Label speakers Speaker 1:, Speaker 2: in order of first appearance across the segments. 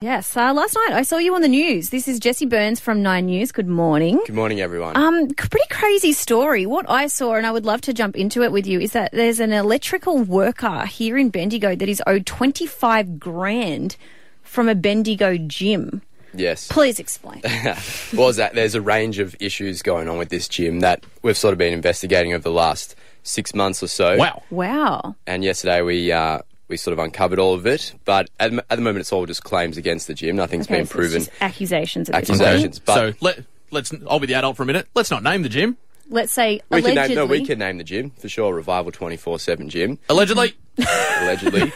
Speaker 1: Yes. Uh, last night I saw you on the news. This is Jesse Burns from Nine News. Good morning.
Speaker 2: Good morning, everyone.
Speaker 1: Um, c- pretty crazy story. What I saw, and I would love to jump into it with you, is that there's an electrical worker here in Bendigo that is owed 25 grand from a Bendigo gym.
Speaker 2: yes.
Speaker 1: Please explain.
Speaker 2: was that there's a range of issues going on with this gym that we've sort of been investigating over the last six months or so.
Speaker 3: Wow.
Speaker 1: wow.
Speaker 2: And yesterday we uh, we sort of uncovered all of it, but at, the mo- at the moment it's all just claims against the gym. Nothing's
Speaker 1: Okay,
Speaker 2: been
Speaker 1: so it's
Speaker 2: proven.
Speaker 1: just accusations at this point.
Speaker 2: Accusations. But
Speaker 3: so let let's. I'll be the adult for a minute. Let's not name the gym.
Speaker 1: Let's say
Speaker 2: we can
Speaker 1: allegedly.
Speaker 2: name, no, we can name the gym for sure. Revival twenty four seven gym
Speaker 3: Allegedly,
Speaker 2: allegedly.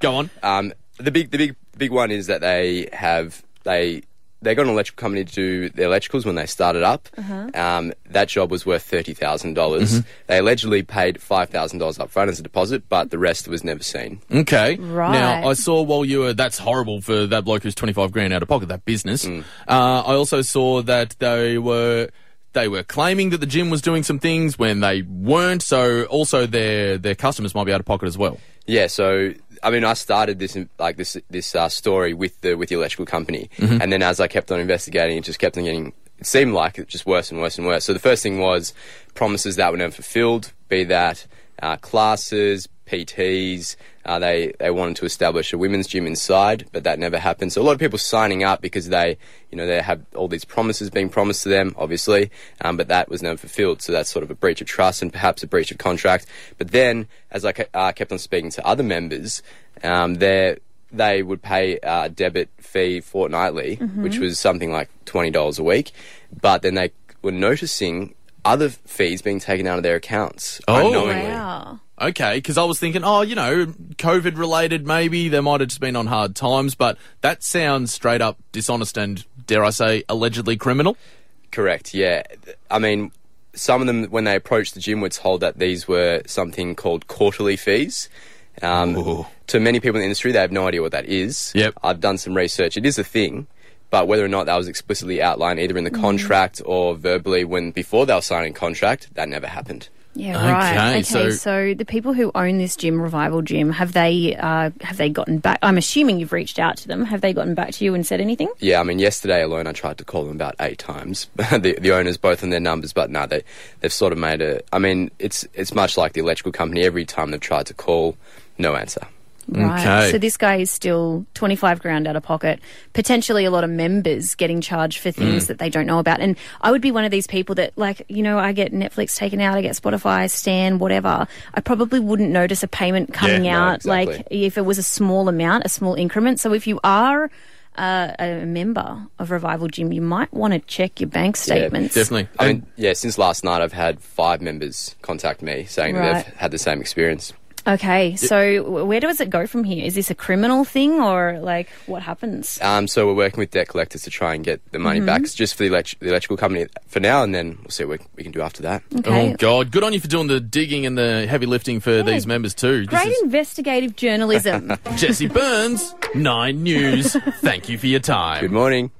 Speaker 3: go on.
Speaker 2: Um, the big, the big, big one is that they have they they got an electrical company to do the electricals when they started up. Um, that job was worth thirty dollars. They allegedly paid five thousand dollars up front as a deposit, but the rest was never seen.
Speaker 3: Okay.
Speaker 1: Right.
Speaker 3: Now, I saw while you were, that's horrible for that bloke who's 25 grand out of pocket, that business. Uh, I also saw that they were, they were claiming that the gym was doing some things when they weren't. So also their, their customers might be out of pocket as well.
Speaker 2: Yeah, so I mean, I started this like this this uh, story with the with the electrical company, and then as I kept on investigating, it just kept on getting. It seemed like it just worse and worse and worse. So the first thing was promises that were never fulfilled, be that uh, classes, PTs. Uh, they they wanted to establish a women's gym inside, but that never happened. So a lot of people signing up because they, you know, they have all these promises being promised to them, obviously, um, but that was never fulfilled. So that's sort of a breach of trust and perhaps a breach of contract. But then, as I ke- uh, kept on speaking to other members, um, they they would pay a debit fee fortnightly, which was something like twenty dollars a week, but then they were noticing other fees being taken out of their accounts
Speaker 3: Oh.
Speaker 2: unknowingly.
Speaker 1: Wow.
Speaker 3: Okay. Cause I was thinking, oh, you know, COVID related, maybe they might have just been on hard times, but that sounds straight up dishonest and dare I say allegedly criminal.
Speaker 2: Correct. Yeah, I mean, some of them when they approached the gym were told that these were something called quarterly fees. Um, to many people in the industry, they have no idea what that is.
Speaker 3: Yep.
Speaker 2: I've done some research. It is a thing, but whether or not that was explicitly outlined either in the contract or verbally when before they were signing contract, that never happened.
Speaker 1: Yeah,
Speaker 3: Okay,
Speaker 1: right. Okay, so,
Speaker 3: so-
Speaker 1: the people who own this gym, Revival Gym, have they uh, have they gotten back? I'm assuming you've reached out to them. Have they gotten back to you and said anything?
Speaker 2: Yeah, I mean, yesterday alone, I tried to call them about eight times. the, the owners, both on their numbers, but no, they they've sort of made a. I mean, it's it's much like the electrical company. Every time they've tried to call, no answer.
Speaker 1: Right.
Speaker 3: Okay.
Speaker 1: So this guy is still 25 grand out of pocket, potentially a lot of members getting charged for things that they don't know about. And I would be one of these people that, like, you know, I get Netflix taken out, I get Spotify, Stan, whatever. I probably wouldn't notice a payment coming
Speaker 2: no,
Speaker 1: out,
Speaker 2: exactly.
Speaker 1: like, if it was a small amount, a small increment. So if you are. Uh, a member of Revival Gym, you might want to check your bank statements.
Speaker 3: Definitely.
Speaker 2: I mean, yeah, since last night, I've had five members contact me saying
Speaker 1: Right.
Speaker 2: that they've had the same experience.
Speaker 1: Okay, so w- where does it go from here? Is this a criminal thing or like what happens?
Speaker 2: Um, so we're working with debt collectors to try and get the money
Speaker 1: Mm-hmm.
Speaker 2: back It's just for the, elect- the electrical company for now, and then we'll see what we can do after that.
Speaker 1: Okay.
Speaker 3: Oh God! Good on you for doing the digging and the heavy lifting for these members too. This
Speaker 1: Great
Speaker 3: is-
Speaker 1: investigative journalism.
Speaker 3: Jesse Burns, Nine News. Thank you for your time.
Speaker 2: Good morning.